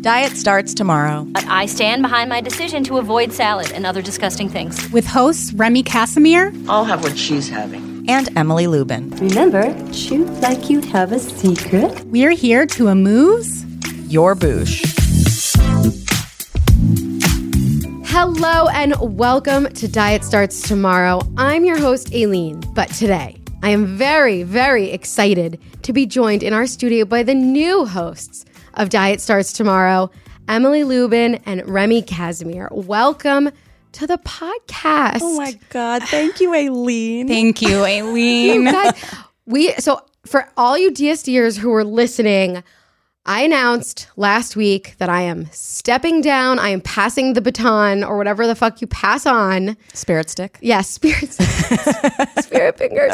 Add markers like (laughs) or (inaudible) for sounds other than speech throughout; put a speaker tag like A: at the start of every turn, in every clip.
A: Diet starts tomorrow.
B: But I stand behind my decision to avoid salad and other disgusting things.
C: With hosts Remy Casimir
D: I'll have what she's having.
A: And Emily Lubin.
E: Remember, shoot like you'd have a secret.
C: We're here to amuse.
A: Your boosh. (laughs)
F: Hello Oh, and welcome to Diet Starts Tomorrow. I'm your host, Aileen, but today I am very, very excited to be joined in our studio by the new hosts of Diet Starts Tomorrow, Emily Lubin and Remy Casimir. Welcome to the podcast.
G: Oh my God. Thank you, Aileen.
C: Thank you, Aileen.
F: You
G: (laughs)
F: guys, we so for all you DSDers who are listening, I announced last week that I am stepping down. I am passing the baton or whatever the fuck you pass on.
A: Spirit stick.
F: (laughs) Yes, spirits, spirit fingers.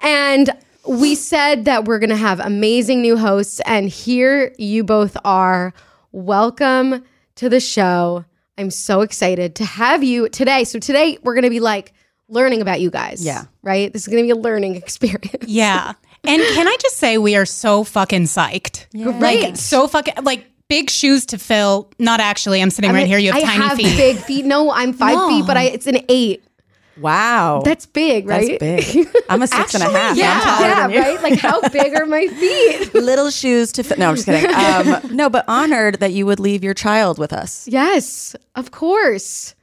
F: And we said that we're going to have amazing new hosts. And here you both are. Welcome to the show. I'm so excited to have you today. So, today we're going to be like learning about you guys.
A: Yeah.
F: Right? This is going to be a learning experience.
C: yeah. And can I just say, we are so fucking psyched. Like, so fucking, like, big shoes to fill. Not actually, I'm sitting
F: I
C: right
F: mean,
C: here. You have
F: I
C: tiny
F: have
C: feet.
F: big feet. No, I'm five feet, but I, it's an eight.
A: Wow.
F: That's big,
A: That's
F: right? (laughs)
A: big. I'm a six and a
E: Ah,
A: half. I'm taller
F: yeah,
A: than you.
F: right. Like, how big are my feet?
A: Little shoes to fit. No, I'm just kidding. Um, no, but honored that you would leave your child with us.
F: yes, of course.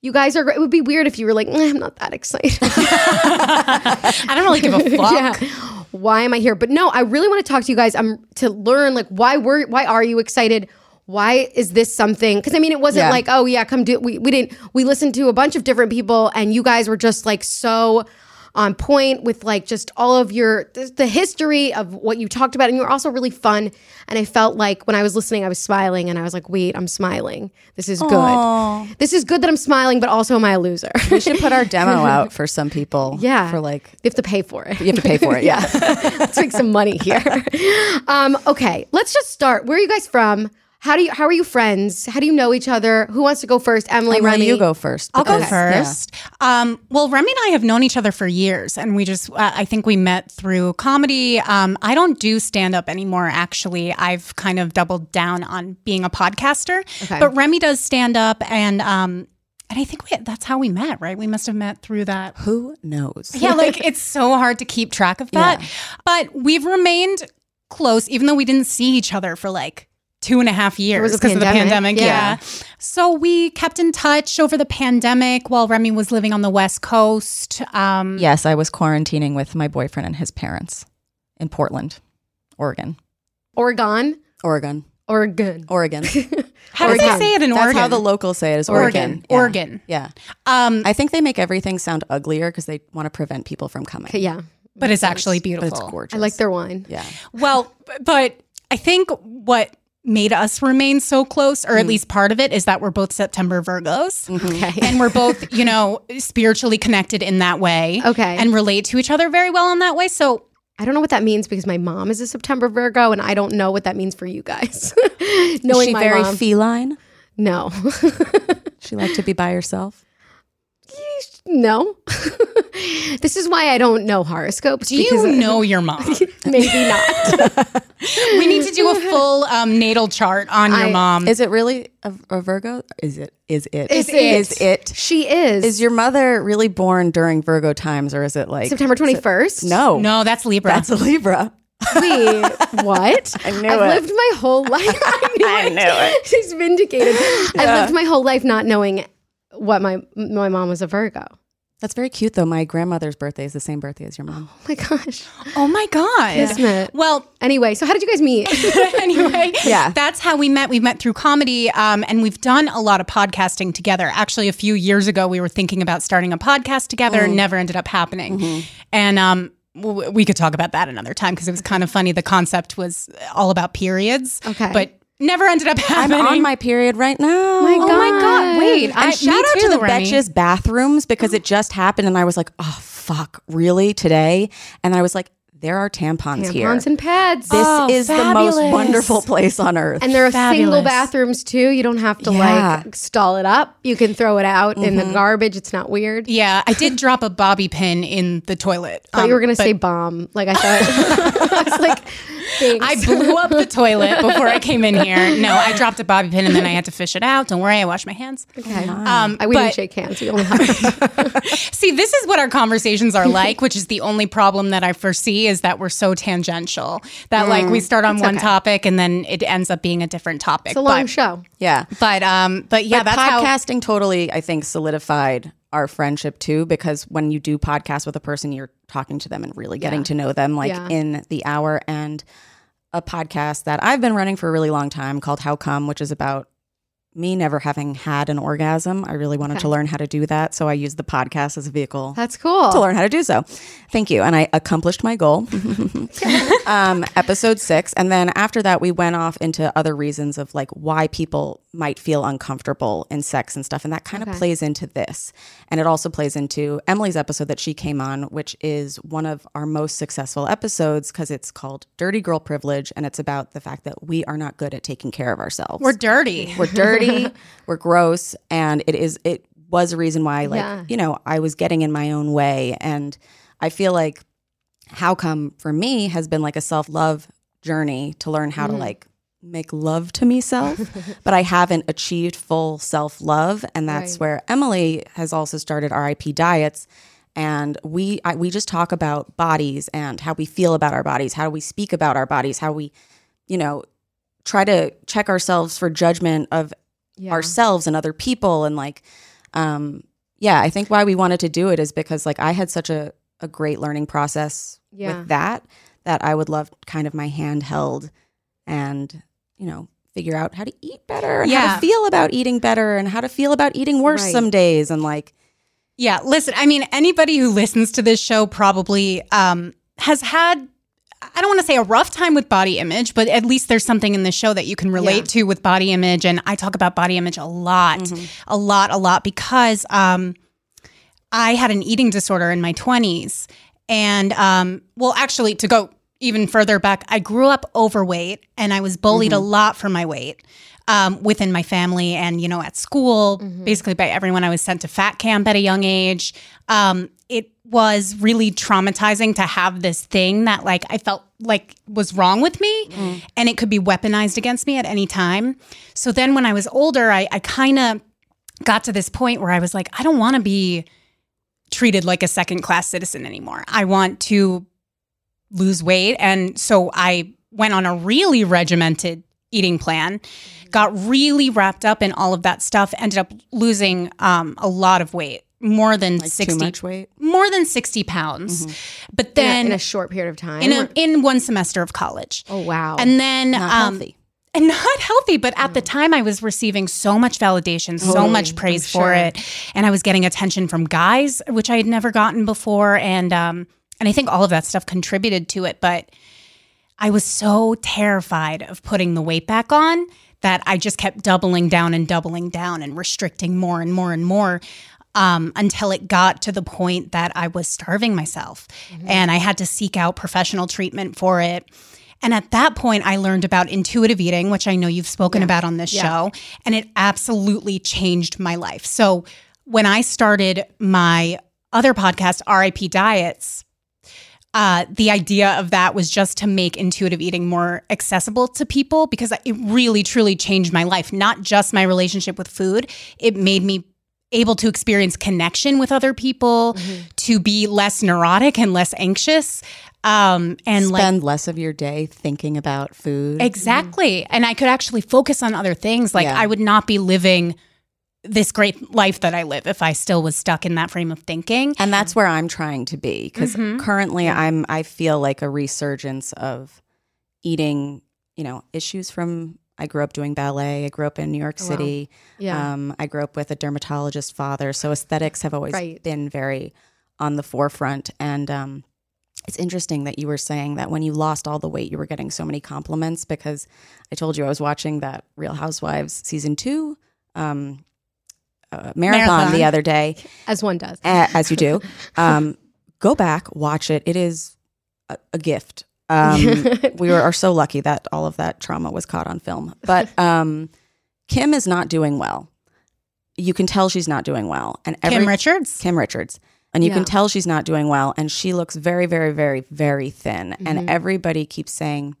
F: You guys are. great. It would be weird if you were like, "Nah, I'm not that excited.
C: (laughs) I don't really give a fuck.
F: (laughs) yeah. (laughs) Why am I here? But no, I really want to talk to you guys. Um, to learn like why were why are you excited? Why is this something? Because I mean, it wasn't
A: Yeah.
F: like oh yeah, come do. We we didn't. We listened to a bunch of different people, and you guys were just like so on point with like just all of your the, the history of what you talked about, and you were also really fun. And I felt like when I was listening, I was smiling, and I was like, wait, I'm smiling. This is good. This is good that I'm smiling, but also am I a loser? (laughs)
A: We should put our demo out for some people.
F: Yeah.
A: For like,
F: you have to pay for it.
A: you have to pay
F: (laughs)
A: for it. Yeah.
F: Let's make some money
A: (laughs)
F: here. Um, okay, let's just start. Where are you guys from? How do you? How are you friends? How do you know each other? Who wants to go first? Emily,
A: Emily,
F: Remy,
A: you go first.
C: I'll go
A: because-
C: first. Um, well, Remy and I have known each other for years, and we just, uh, I think we met through comedy. Um, I don't do stand up anymore, actually. I've kind of doubled down on being a podcaster,
F: Okay.
C: but Remy does stand up, and, um, and I think we, that's how we met, right? We must have met through that
A: Yeah. Who knows? (laughs)
C: yeah, like it's so hard to keep track of that. But we've remained close, even though we didn't see each other for like two and a half years
F: was a
C: because of the
F: pandemic.
C: pandemic.
F: Yeah.
C: Yeah. So we kept in touch over the pandemic while Remy was living on the West Coast. Um,
A: Yes, I was quarantining with my boyfriend and his parents in Portland, Oregon.
F: Oregon,
A: Oregon.
F: Oregon.
A: Oregon.
C: How do they
F: Oregon.
C: say it in
A: That's
C: Oregon?
A: how the locals say it is Oregon.
C: Oregon.
A: Yeah.
C: Oregon.
A: Yeah.
C: Um,
A: I think they make everything sound uglier because they want to prevent people from coming.
F: Okay, yeah,
C: but it's actually
A: But
C: beautiful.
A: it's gorgeous.
F: I like their wine.
A: Yeah.
C: Well, b- but I think what made us remain so close, or at least part of it, is that we're both September Virgos. And we're both, you know, spiritually connected in that way.
F: Okay.
C: And relate to each other very well in that way. So
F: I don't know what that means because my mom is a September Virgo, and I don't know what that means for you guys. (laughs) Knowing
A: she
F: my
A: very
F: mom,
A: feline.
F: no, (laughs)
A: She liked to be by herself.
F: no. (laughs) this is why I don't know horoscopes.
C: do you
F: because- uh,
C: know your mom?
F: Maybe not.
C: we need to do a full um, natal chart on your
F: I-
C: mom.
A: Is it really a, a Virgo? Is it? Is it?
F: Is
A: (laughs) Mm-hmm. Is
F: it?
A: it?
F: she is.
A: Is your mother really born during Virgo times, or is it like
F: September twenty first?
A: No,
C: No, that's Libra.
A: that's a Libra.
F: (laughs) Wait, what? I
A: knew
F: have
A: it.
F: lived my whole life. I knew, it. (laughs) She's vindicated. I lived my whole life not knowing what my my mom was a Virgo. Oh
A: That's very cute, though. My grandmother's birthday is the same birthday as your mom.
F: my gosh.
C: oh my God.
F: Isn't it?
C: Well,
F: Anyway, so how did you guys meet?
C: (laughs) anyway,
A: Yeah.
C: that's how we met. We met through comedy, um, and we've done a lot of podcasting together. Actually, Mm. Mm-hmm. a few years ago, we were thinking about starting a podcast together, and never ended up happening. And um, w- we could talk about that another time because it was kind of funny. The concept was all about periods.
F: Okay.
C: But never ended up
A: (laughs) I'm
C: happening.
A: on my period right now.
F: my
C: oh my God. Wait.
A: And
C: I,
A: shout
C: me
A: out
C: too,
A: to the
C: Remy.
A: Betches bathrooms because it just happened, and I was like, "Oh fuck, really today?" And I was like, "There are tampons,
F: (laughs)
A: here.
F: Tampons and pads.
A: this
C: Oh,
A: is the most
C: fabulous.
A: wonderful place on earth."
F: and there are single
C: Fabulous.
F: bathrooms too. You don't have to
A: Yeah.
F: like stall it up. You can throw it out in the garbage. It's not weird.
C: Yeah, I did drop a bobby pin in the toilet.
F: I thought
C: Um,
F: you were gonna
C: but
F: say bomb. Like I thought, (laughs) I was like, thanks. (laughs)
C: I blew up the toilet before I came in here. No, I dropped a bobby pin and then I had to fish it out. Don't worry, I washed my hands.
F: Okay.
C: Um,
F: I, we
C: but-
F: didn't shake hands. We only hugged.
C: See, this is what our conversations
F: (laughs)
C: are like, which is the only problem that I foresee is that we're so tangential that like we start on one topic and then it ends up being a different topic.
F: Mm, It's a long
C: but,
F: show.
A: yeah,
C: But um, but yeah,
A: but
C: that's how.
A: podcasting totally, I think, solidified our friendship too because when you do podcast with a person, you're talking to them and really getting to know them, like
F: Yeah.
A: in the hour. And a podcast that I've been running for a really long time called How Come, which is about me never having had an orgasm. I really wanted
C: (laughs)
A: to learn how to do that, so I used the podcast as a vehicle
F: That's cool.
A: to learn how to do so. Thank you. And I accomplished my goal. um, episode six. And then after that, we went off into other reasons of like why people might feel uncomfortable in sex and stuff. And that kind of plays into this. And it also plays into Emily's episode that she came on, which is one of our most successful episodes because it's called Dirty Girl Privilege. And it's about the fact that we are not good at taking care of ourselves.
C: we're dirty.
F: (laughs)
A: We're dirty, we're gross, and it is it was a reason why like,
F: Yeah.
A: you know, I was getting in my own way and I feel like how come for me has been like a self-love journey to learn how to
F: Mm.
A: like make love
F: (laughs)
A: to myself, (laughs) but I haven't achieved full self-love and that's
F: Right.
A: where Emily has also started RIP diets and we I, we just talk about bodies and how we feel about our bodies, how we speak about our bodies, how we you know try to check ourselves for judgment of
F: Yeah.
A: ourselves and other people and like um yeah i think why we wanted to do it is because like i had such a, a great learning process
F: Yeah.
A: with that that i would love kind of my hand held and you know figure out how to eat better and how
C: Yeah.
A: to feel about eating better and how to feel about eating worse
F: Right.
A: some days and like
C: Yeah, listen, I mean, anybody who listens to this show probably um, has had, I don't want to say a rough time with body image, but at least there's something in this show that you can relate to with body image. And I talk about body image a lot, a lot, a lot, because um, I had an eating disorder in my 20s. And, um, well, actually, to go even further back, I grew up overweight and I was bullied a lot for my weight um, within my family and, you know, at school, basically by everyone. I was sent to fat camp at a young age. Um, it was really traumatizing to have this thing that, like, I felt like was wrong with me and it could be weaponized against me at any time. So then when I was older, I, I kind of got to this point where I was like, I don't want to be treated like a second class citizen anymore. I want to lose weight. And so I went on a really regimented eating plan, got really wrapped up in all of that stuff, ended up losing um, a lot of weight, more than
A: like
C: 60,
A: too much weight
C: more than 60 pounds. But
F: In a-
C: then
F: in a short period of time.
C: in, a, in one semester of college.
F: oh wow.
C: And then
A: not
C: um,
A: healthy
C: and not healthy but at the time i was receiving so much validation so much praise for it and i was getting attention from guys which i had never gotten before and um and i think all of that stuff contributed to it but i was so terrified of putting the weight back on that i just kept doubling down and doubling down and restricting more and more and more um, until it got to the point that I was starving myself and I had to seek out professional treatment for it. And at that point, I learned about intuitive eating, which I know you've spoken about on this show, and it absolutely changed my life. So when I started my other podcast, RIP Diets, uh, the idea of that was just to make intuitive eating more accessible to people because it really truly changed my life, not just my relationship with food. It made me able to experience connection with other people,
A: Mm-hmm.
C: to be less neurotic and less anxious. Um, and like
A: spend less of your day thinking about food
C: Exactly. And I could actually focus on other things. Like
A: Yeah.
C: I would not be living this great life that I live if I still was stuck in that frame of thinking.
A: and that's where i'm trying to be because currently i'm i feel like a resurgence of eating you know issues from i grew up doing ballet i grew up in new york city
F: yeah.
A: um, i grew up with a dermatologist father so aesthetics have always
F: Right.
A: been very on the forefront and um, It's interesting that you were saying that when you lost all the weight, you were getting so many compliments because I told you I was watching that Real Housewives season two um, uh, marathon,
C: Marathon.
A: the other day,
F: as one does.
A: a- as you do. Um, go back, watch it. It is a, a gift. Um, we were, are so lucky that all of that trauma was caught on film. But um, Kim is not doing well. You can tell she's not doing well. And
C: Kim
A: every-
C: Richards.
A: Kim Richards. And you
F: Yeah.
A: can tell she's not doing well. And she looks very, very, very, very thin.
F: Mm-hmm.
A: And everybody keeps saying,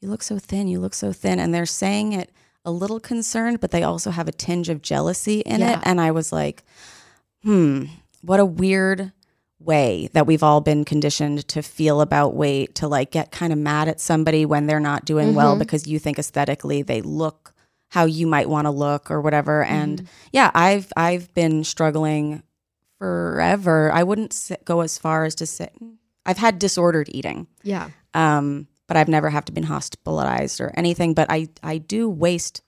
A: You look so thin. You look so thin. And they're saying it a little concerned, but they also have a tinge of jealousy in
F: Yeah.
A: it. And I was like, Hmm, what a weird way that we've all been conditioned to feel about weight, to like get kind of mad at somebody when they're not doing well
F: Mm-hmm.
A: because you think aesthetically they look how you might want to look or whatever.
C: Mm-hmm.
A: And yeah, I've I've been struggling forever. I wouldn't s- go as far as to say I've had disordered eating,
F: (laughs) yeah.
A: um, but I've never have to been hospitalized or anything. But I I do waste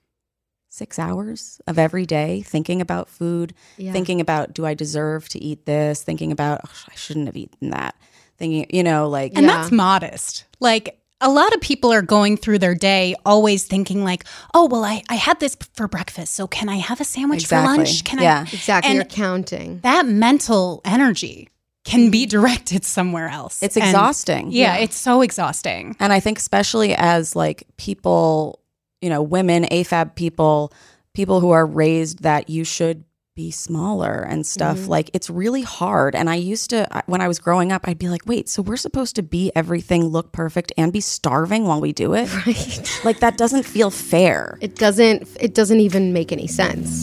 A: six hours of every day thinking about food,
F: Yeah.
A: thinking about do I deserve to eat this, thinking about oh, I shouldn't have eaten that, thinking you know like
C: And
F: Yeah.
C: that's modest. Like a lot of people are going through their day always thinking like, oh, well, I, I had this for breakfast. So can I have a sandwich for
A: Exactly.
C: lunch? Can
A: Yeah.
C: I?
F: Exactly.
C: And-
F: You're counting.
C: That mental energy can be directed somewhere else.
A: it's
C: And-
A: exhausting.
C: yeah, it's so exhausting.
A: And I think especially as like people, you know, women, AFAB people, people who are raised that you should be smaller and stuff,
F: Mm-hmm.
A: like it's really hard. And I used to I- when I was growing up, I'd be like, "Wait, so we're supposed to be everything, look perfect and be starving while we do
F: (laughs)
A: it?" Right. Like that doesn't feel fair.
F: It doesn't it doesn't even make any sense.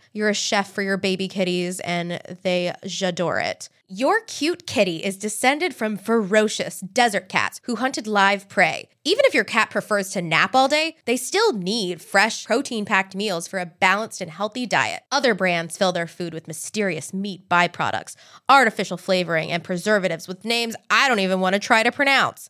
H: you're a chef for your baby kitties, and they j'adore it. Your cute kitty is descended from ferocious desert cats who hunted live prey. Even if your cat prefers to nap all day, they still need fresh, protein packed meals for a balanced and healthy diet. Other brands fill their food with mysterious meat byproducts, artificial flavoring, and preservatives with names I don't even want to try to pronounce.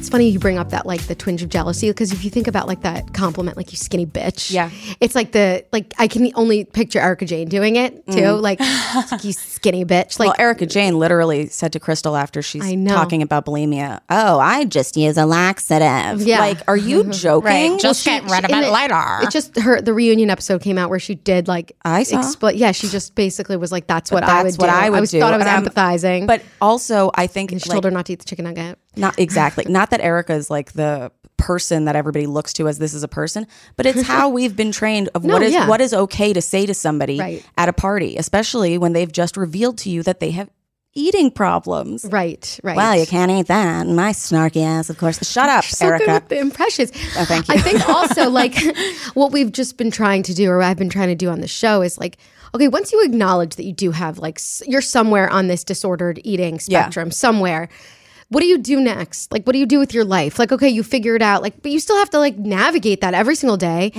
F: It's funny you bring up that like the twinge of jealousy because if you think about like that compliment like you skinny bitch.
A: Yeah.
F: It's like the like I can only picture Erica Jane doing it too. Like, it's like, you skinny bitch. Like
A: Mm. well, Erica Jane literally said to Crystal after
F: I
A: she's
F: know.
A: talking about bulimia, "Oh, I just use a laxative."
F: Yeah.
A: Like,
F: (laughs)
A: are you joking?
C: Just get rid of
F: and
C: it later.
F: It just her the reunion episode came out where she did like
A: I saw.
F: expla- yeah, she just basically was like, "That's what I
A: That's
F: would
A: what
F: do."
A: I would
F: was,
A: do.
F: thought I was
A: And I'm-
F: empathizing,
A: But also, I think
F: and she
A: like,
F: told her not to eat the chicken nugget. (laughs)
A: Not exactly. Not that Erica is like the person that everybody looks to as this is a person, but it's
F: (laughs)
A: how we've been trained of what is
F: yeah.
A: what is okay to say to somebody
F: Right.
A: at a party, especially when they've just revealed to you that they have eating problems.
F: Right, right.
A: Well, you can't eat that. My snarky ass, of course. Shut up,
F: so
A: Erica. Oh,
F: good with the impressions.
A: thank you.
F: I think
A: (laughs)
F: also like what we've just been trying to do, or I've been trying to do on the show, is like, okay, once you acknowledge that you do have like s- you're somewhere on this disordered eating
A: Yeah.
F: spectrum, somewhere. What do you do next? Like, what do you do with your life? Like, okay, you figure it out. Like, but you still have to like navigate that every single day.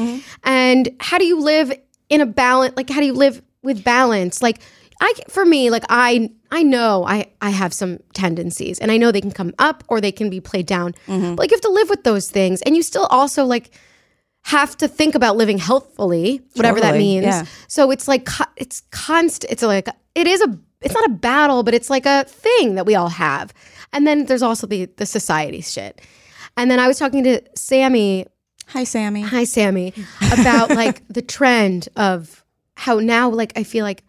F: And how do you live in a balance? Like, how do you live with balance? Like, I for me, like I I know I I have some tendencies, and I know they can come up or they can be played down. But like you have to live with those things, and you still also like have to think about living healthfully, whatever that
A: Totally,
F: means.
A: yeah.
F: So it's like co- it's constant. It's like it is a it's not a battle, but it's like a thing that we all have. And then there's also the the society shit. And then I was talking to Sammy
A: Hi, Sammy.
F: hi Sammy,
A: (laughs)
F: about like the trend of how now like I feel like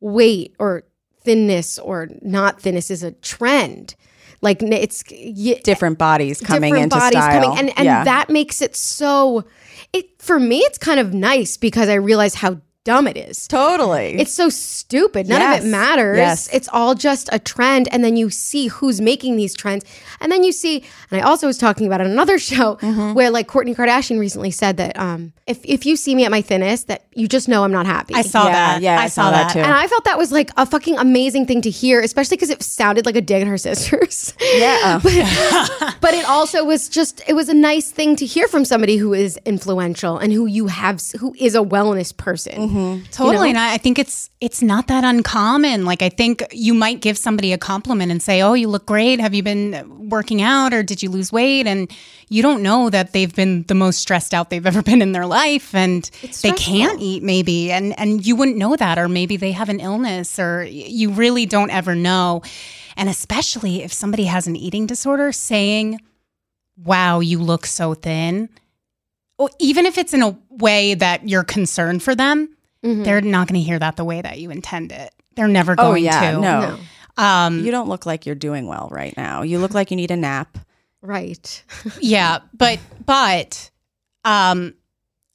F: weight or thinness or not thinness is a trend. Like n- it's y-
A: Different bodies coming
F: different
A: into
F: bodies
A: style.
F: coming and and
A: Yeah.
F: that makes it so it for me it's kind of nice because I realize how dumb it is.
A: totally.
F: It's so stupid. None
A: Yes.
F: of it matters.
A: Yes.
F: It's all just a trend. And then you see who's making these trends. And then you see, and I also was talking about it on another (laughs) show
A: Mm-hmm.
F: where like Courtney Kardashian recently said that um, if, if you see me at my thinnest, that you just know I'm not happy.
C: I saw
A: Yeah,
C: that.
A: yeah,
C: I, saw, that.
F: and I felt that was like a fucking amazing thing to hear, especially because it sounded like a dig at her sisters.
A: yeah.
F: (laughs) but it also was just it was a nice thing to hear from somebody who is influential and who you have s- who is a wellness person.
C: Totally. And I, I think it's it's not that uncommon. Like I think you might give somebody a compliment and say, Oh, you look great. Have you been working out or did you lose weight? And you don't know that they've been the most stressed out they've (laughs) ever been in their life and they can't eat maybe and, and you wouldn't know that or maybe they have an illness or y- you really don't ever know. And especially if somebody has an eating disorder, saying, Wow, you look so thin. Or even if it's in a way that you're concerned for them, they're not going to hear that the way that you intend it. They're never
A: Mm-hmm. Oh,
C: going
A: yeah.
C: to.
A: No.
C: Um,
A: You don't look like you're doing well right now. You look like you need a nap.
F: Right.
C: yeah, but but um,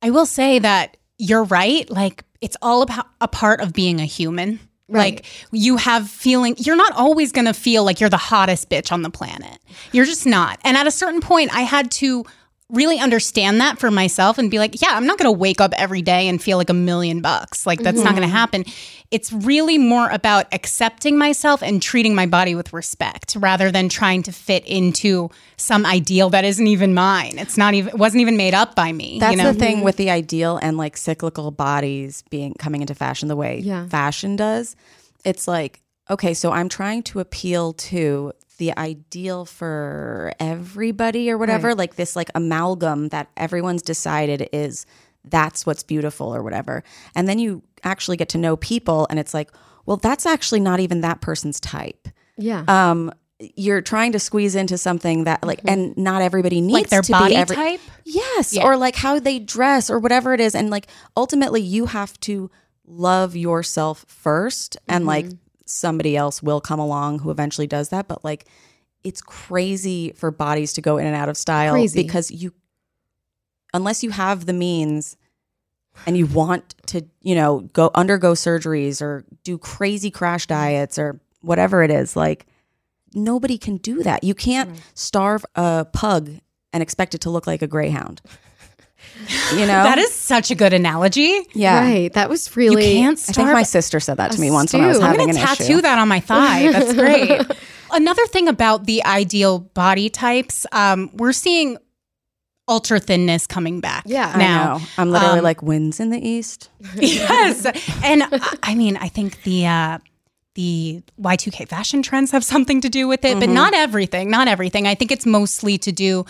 C: I will say that you're right. Like it's all about a part of being a human. Like you have feeling, you're not always going to feel like you're the hottest bitch on the planet. You're just not. And at a certain point, I had to really understand that for myself and be like, yeah, I'm not going to wake up every day and feel like a million bucks. Like that's
A: Mm-hmm.
C: not going to happen. It's really more about accepting myself and treating my body with respect rather than trying to fit into some ideal that isn't even mine. It's not even it wasn't even made up by me,
A: That's
C: you know.
A: the thing with the ideal and like cyclical bodies being coming into fashion the way
F: Yeah.
A: fashion does. It's like, okay, so I'm trying to appeal to the ideal for everybody or whatever, like this like amalgam that everyone's decided is that's what's beautiful or whatever. And then you actually get to know people and it's like, well, that's actually not even that person's type.
F: Yeah.
A: Um you're trying to squeeze into something that like and not everybody needs
C: Mm-hmm. like their
A: to
C: body
A: be every-
C: type.
A: Yes, or like how they dress or whatever it is. And like ultimately, you have to love yourself 1st and like somebody else will come along who eventually does that. But like, it's crazy for bodies to go in and out of style
F: Crazy.
A: because you, unless you have the means and you want to, you know, go undergo surgeries or do crazy crash diets or whatever it is, like, nobody can do that. You can't starve a pug and expect it to look like a greyhound. (laughs) You know?
C: That is such a good analogy.
A: yeah.
F: Right. That was really
C: You can't
A: I
C: starve
A: think my sister said that to me once when I was
F: stew. I'm
C: I'm
A: having
C: gonna
A: an
C: tattoo
A: issue.
C: that on my thigh.
A: (laughs)
C: That's great. Another thing about the ideal body types, um, we're seeing ultra thinness coming back.
F: Yeah. I
C: now.
A: I know. I'm literally
C: Um,
A: like winds in the east.
C: (laughs) yes, and I- I mean, I think the. Uh, the Y2K fashion trends have something to do with it,
A: Mm-hmm.
C: but not everything. Not everything. I think it's mostly to do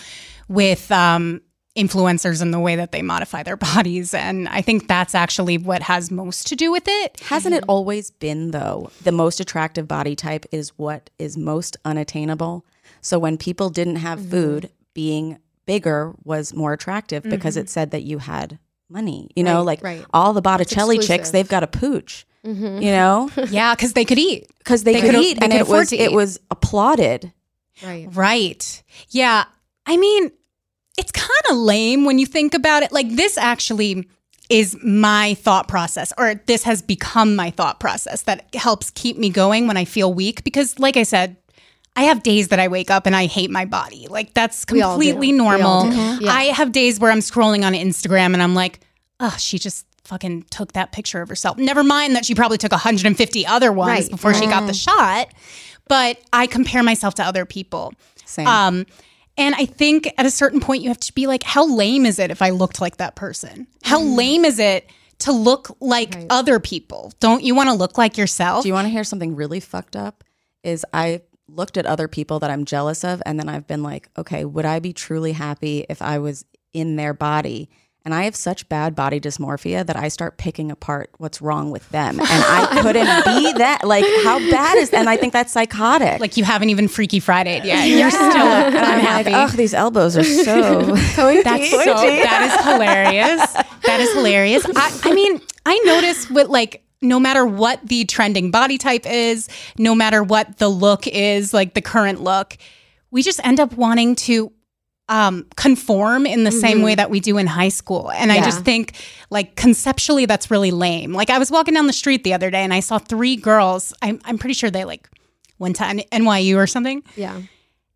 C: with um, influencers and the way that they modify their bodies. And I think that's actually what has most to do with it.
A: Hasn't it always been though? The most attractive body type is what is most unattainable. So when people didn't have
C: Mm-hmm.
A: food, being bigger was more attractive because
C: Mm-hmm.
A: it said that you had money. You know, like
F: right.
A: all the Botticelli chicks,
F: exclusive.
A: they've got a pooch.
C: Mm-hmm. (laughs)
A: You know,
C: Yeah, because they could eat.
A: because they,
C: They
A: could
C: could-
A: eat,
C: they
A: and
C: could
A: it
C: afford
A: was
C: to
A: it
C: eat.
A: was applauded.
F: right.
C: Right. Yeah. I mean, it's kind of lame when you think about it. Like, this actually is my thought process, or this has become my thought process that helps keep me going when I feel weak. Because, like I said, I have days that I wake up and I hate my body. Like, that's
F: We all do.
C: completely
F: We all
C: normal.
F: do. Mhm. Yeah.
C: I have days where I'm scrolling on Instagram and I'm like, oh, she just fucking took that picture of herself. Never mind that she probably took 150 other ones
F: Right. Mm.
C: before she got the shot. But I compare myself to other people.
A: Same.
C: Um, and I think at a certain point, you have to be like, how lame is it if I looked like that person? How
F: Mm.
C: lame is it to look like other people? Don't you want to look like yourself?
A: Do you want to hear something really fucked up? Is I looked at other people that I'm jealous of, and then I've been like, okay, would I be truly happy if I was in their body? And I have such bad body dysmorphia that I start picking apart what's wrong with (laughs) them. And I couldn't be that. Like, how bad is And I think that's psychotic.
C: Like you haven't even Freaky Friday yet. You're still up, but I'm
A: I'm like,
C: happy.
A: oh, these elbows are
C: (laughs)
A: so. (laughs)
C: That's so, that is hilarious. That is hilarious. I, I mean, I notice with like, no matter what the trending body type is, no matter what the look is, like the current look, we just end up wanting to um, conform in the same way that we do in high school. And I just think, like, conceptually, that's really lame. Like, I was walking down the street the other day and I saw three girls. I'm, I'm pretty sure they like went to N- NYU or something.
F: Yeah.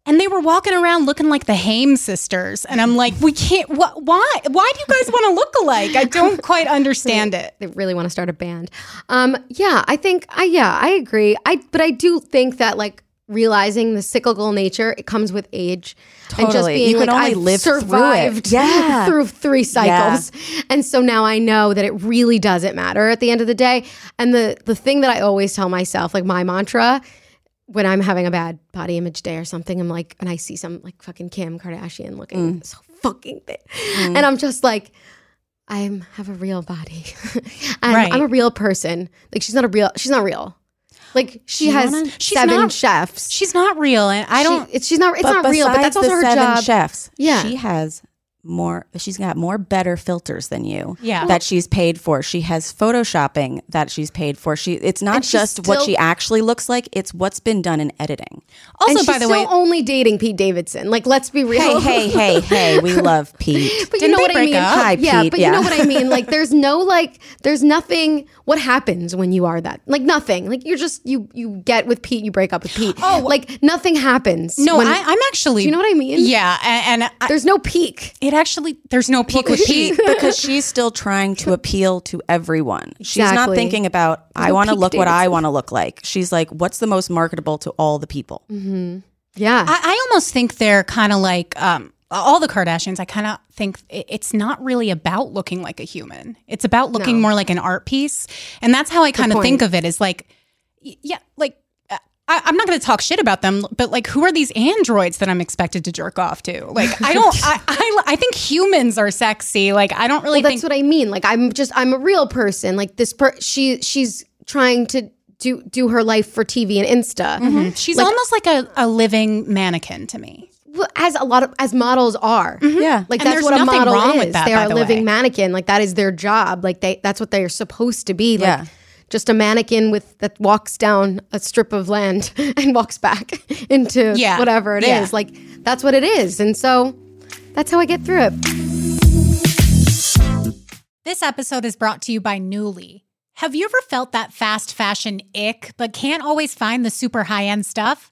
C: And they were walking around looking like the Haim sisters. And I'm like, we can't, wh- why? Why do you guys want to look alike? I don't quite understand it.
F: they really want to start a band. Um, yeah, I think I yeah, I agree. I but I do think that like realizing the cyclical nature it comes with age and just
A: Totally.
F: being
A: You can
F: like
A: only
F: I
A: live through it.
F: survived (laughs)
A: Yeah.
F: through three cycles. And so now I know that it really doesn't matter at the end of the day. And the the thing that I always tell myself, like my mantra when I'm having a bad body image day or something, I'm like, and I see some like fucking Kim Kardashian looking
C: Mm.
F: so fucking thin, and I'm just like, I am have a real body, (laughs) and
C: Right.
F: I'm a real person. Like she's not a real, she's not real. Like she has
C: She's
F: seven
C: not-
F: chefs.
C: She's not real. And I
F: She-
C: don't,
F: it's, she's not. It's not real. But
A: besides
F: that's also
A: the
F: her
A: seven
F: job.
A: chefs.
F: Yeah.
A: She has more she's got more better filters than you
C: Yeah.
A: that she's paid for she has photoshopping that she's paid for she it's not
F: And she's
A: just what
F: still-
A: she actually looks like it's what's been done in
F: and
A: editing
C: also,
F: she's
C: by the
F: still
C: way,
F: only dating Pete Davidson. Like, let's be
A: hey
F: real. (laughs)
A: hey hey hey we love pete
F: But you
C: Didn't
F: know
C: they
F: what I
C: break
F: mean?
C: up?
A: Hi,
F: yeah,
A: Pete.
F: but
A: Yeah.
F: you know what I mean? Like there's no like there's nothing what happens when you are that. Like nothing. Like you're just you you get with Pete, you break up with Pete. Oh like nothing happens.
C: no,
F: when-
C: I, I'm actually.
F: Do you know what I mean?
C: Yeah. And, and I,
F: there's no peak.
C: it actually, there's no peak
F: (laughs)
C: with Pete.
A: because she's still trying to appeal to everyone. She's not
F: Exactly.
A: thinking about I want to look what I want to look like. She's like, what's the most marketable to all the people?
F: Yeah.
C: I, I almost think they're kind of like um, all the Kardashians. I kind of think i- it's not really about looking like a human. It's about looking more like an art piece, and that's how I kind of think of it. Is like, y- yeah, like uh, I, I'm not going to talk shit about them, but like, who are these androids that I'm expected to jerk off to? Like, I don't.
F: (laughs)
C: I, I I think humans are sexy. Like, I don't really
F: well,
C: think.
F: that's what I mean. Like I'm just I'm a real person. Like this per she she's trying to do do her life for TV and Insta.
C: She's almost like a, a living mannequin to me.
F: Well, As a lot of as models are.
A: Mm-hmm. Yeah.
F: Like
C: And
F: that's
C: there's
F: what a
C: nothing
F: model
C: wrong
F: is.
C: with that,
F: they
C: by
F: are
C: the
F: a living
C: way.
F: mannequin. Like that is their job. Like they that's what they are supposed to be. Like
A: Yeah.
F: just a mannequin with that walks down a strip of land (laughs) and walks back (laughs) into
C: Yeah.
F: whatever it is.
C: Yeah.
F: Like that's what it is. And so that's how I get through it.
C: This episode is brought to you by Newly. Have you ever felt that fast fashion ick, but can't always find the super high end stuff?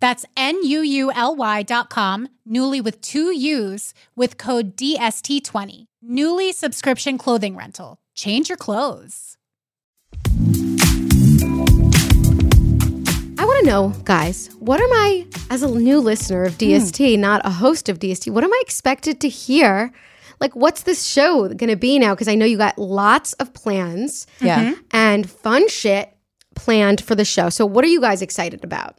C: That's N U U L Y dot com, Newly with two U's, with code DST20. Newly subscription clothing rental. Change your clothes.
F: I want to know, guys, what am I, as a new listener
A: Hmm.
F: of DST, not a host of DST, what am I expected to hear? Like, what's this show going to be now? Because I know you got lots of plans
A: Yeah.
F: and fun shit planned for the show. So, what are you guys excited about?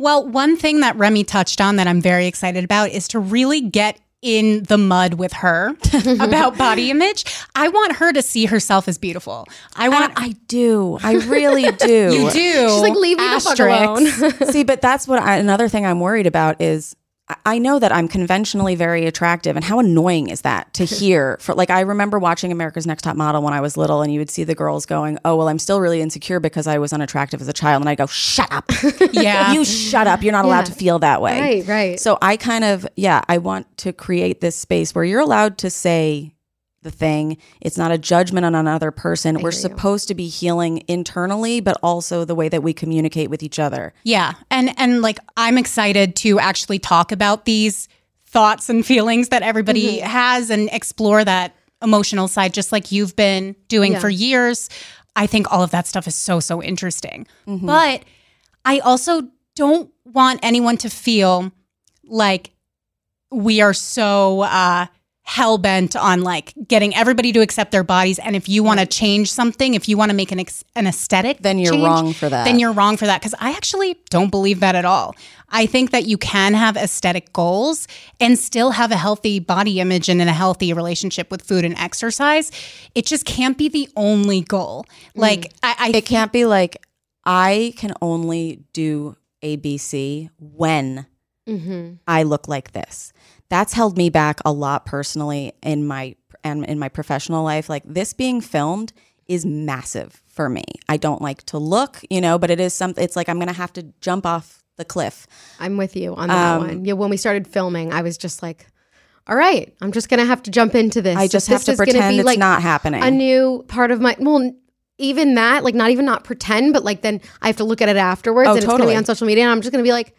C: Well, one thing that Remy touched on that I'm very excited about is to really get in the mud with her (laughs) about (laughs) body image. I want her to see herself as beautiful. I want.
A: I do. I
F: (laughs)
A: really do.
C: you do.
F: She's like, leave me the fuck alone. (laughs)
A: See, but that's what I, another thing I'm worried about is I- I know that I'm conventionally very attractive, and how annoying is
F: (laughs)
A: that to hear? For like, I remember watching America's Next Top Model when I was little, and you would see the girls going, "Oh, well, I'm still really insecure because I was unattractive as a child," and I go,
F: (laughs)
A: "Shut up!
C: Yeah.
A: you shut up! You're not allowed to feel that way."
F: Right, right.
A: So I kind of, yeah, I want to create this space where you're allowed to say the thing. It's not a judgment on another person. We're supposed to be healing internally, but also the way that we communicate with each other.
C: Yeah. And and like I'm excited to actually talk about these thoughts and feelings that everybody
A: Mm-hmm.
C: has and explore that emotional side just like you've been doing for years. I think all of that stuff is so so interesting.
A: Mm-hmm.
C: But I also don't want anyone to feel like we are so uh hell bent on like getting everybody to accept their bodies and if you want to change something if you want to make an ex- an aesthetic
A: Then you're
C: change,
A: wrong for that.
C: then you're wrong for that because I actually don't believe that at all. I think that you can have aesthetic goals and still have a healthy body image and a healthy relationship with food and exercise. It just can't be the only goal. Like I, I
A: Mm. It can't be like, I can only do ABC when
F: Mm-hmm.
A: I look like this. That's held me back a lot personally in my and in my professional life. Like this being filmed is massive for me. I don't like to look, you know, but it is something it's like I'm gonna have to jump off the cliff.
F: I'm with you on that
A: Um,
F: one. Yeah, when we started filming, I was just like, all right, I'm just gonna have to jump into this.
A: I just
F: This
A: have to
F: is gonna
A: pretend
F: be
A: it's
F: like
A: not happening.
F: A new part of my well, n- even that, like not even not pretend, but like then I have to look at it afterwards
A: Oh,
F: and it's gonna
A: totally.
F: be on social media and I'm just gonna be like,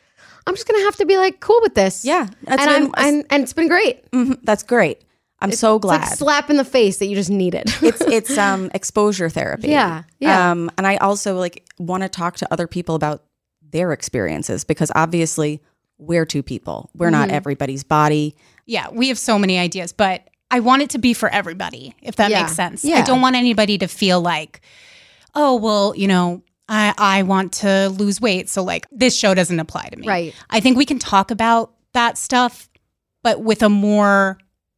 F: I'm just gonna have to be like cool with this.
A: Yeah,
F: And
A: that's
F: I'm,
A: been-
F: and, and it's been great.
A: Mhm, That's great. I'm so glad.
F: It's like slap in the face that you just need it. (laughs)
A: it's it's um exposure therapy.
F: Yeah, yeah.
A: Um, and I also like want to talk to other people about their experiences because obviously we're two people. We're not
F: Mm-hmm.
A: everybody's body.
C: yeah, we have so many ideas, but I want it to be for everybody, if that
F: Yeah.
C: makes sense. I
A: Yeah.
C: don't want anybody to feel like, oh, well, you know, I, I want to lose weight. So, like, this show doesn't apply to me.
F: Right.
C: I think we can talk about that stuff, but with a more,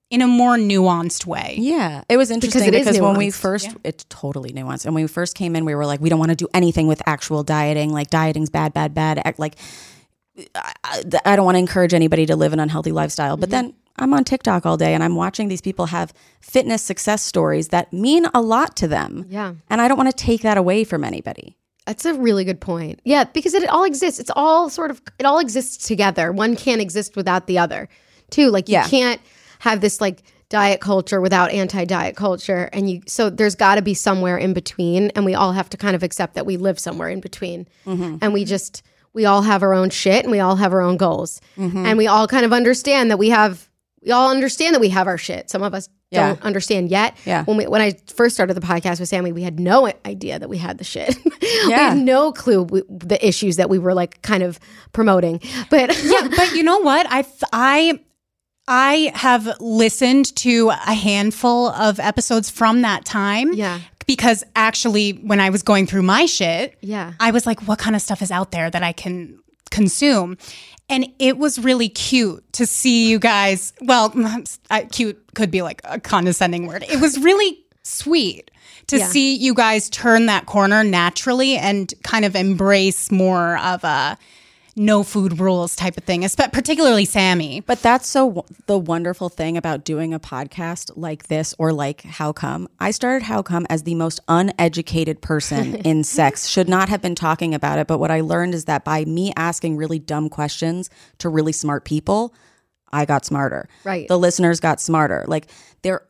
C: in a more nuanced way.
A: Yeah, it was interesting
F: it
A: because,
F: is
A: when we
F: nuanced.
A: first, it's totally nuanced. And when we first came in, we were like, we don't want to do anything with actual dieting. Like dieting's bad, bad, bad. Act Like, I, I- I don't want to encourage anybody to live an unhealthy lifestyle. But
F: Mm-hmm.
A: then I'm on TikTok all day and I'm watching these people have fitness success stories that mean a lot to them.
F: Yeah.
A: and I don't want to take that away from anybody.
F: That's a really good point. Yeah, because it all exists. It's all sort of it all exists together. One can't exist without the other. Too like you
A: Yeah.
F: can't have this like diet culture without anti-diet culture and you so there's got to be somewhere in between and we all have to kind of accept that we live somewhere in between.
A: Mm-hmm.
F: And we just we all have our own shit and we all have our own goals.
A: Mm-hmm.
F: And we all kind of understand that we have we all understand that we have our shit. Some of us
A: Yeah.
F: don't understand yet.
A: Yeah.
F: When we when I first started the podcast with Sammy, we had no idea that we had the shit. (laughs) we
A: Yeah.
F: had no clue we, the issues that we were like kind of promoting. But
C: (laughs) yeah, but you know what? I I I have listened to a handful of episodes from that time.
F: Yeah.
C: Because actually when I was going through my shit,
F: Yeah.
C: I was like what kind of stuff is out there that I can consume? And it was really cute to see you guys. Well, (laughs) I- cute could be like a condescending word. It was really sweet to see you guys turn that corner naturally and kind of embrace more of a no food rules type of thing, espe- particularly Sammy.
A: But that's so w- the wonderful thing about doing a podcast like this or like How Come. I started How Come as the most uneducated person in sex, should not have been talking about it. But what I learned is that by me asking really dumb questions to really smart people, I got smarter.
F: (laughs) Right.
A: The listeners got smarter. Like there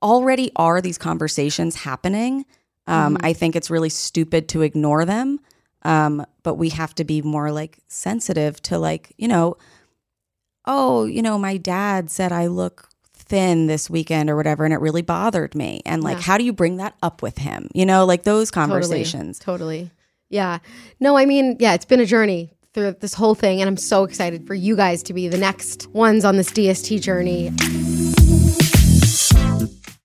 A: already are these conversations happening. Um,
F: Mm-hmm.
A: I think it's really stupid to ignore them. Um, but we have to be more like sensitive to like, you know, oh, you know, my dad said I look thin this weekend or whatever, and it really bothered me. And like, how do you bring that up with him? You know, like those conversations.
F: Totally, totally. Yeah. No, I mean, yeah, it's been a journey through this whole thing, and I'm so excited for you guys to be the next ones on this DST journey.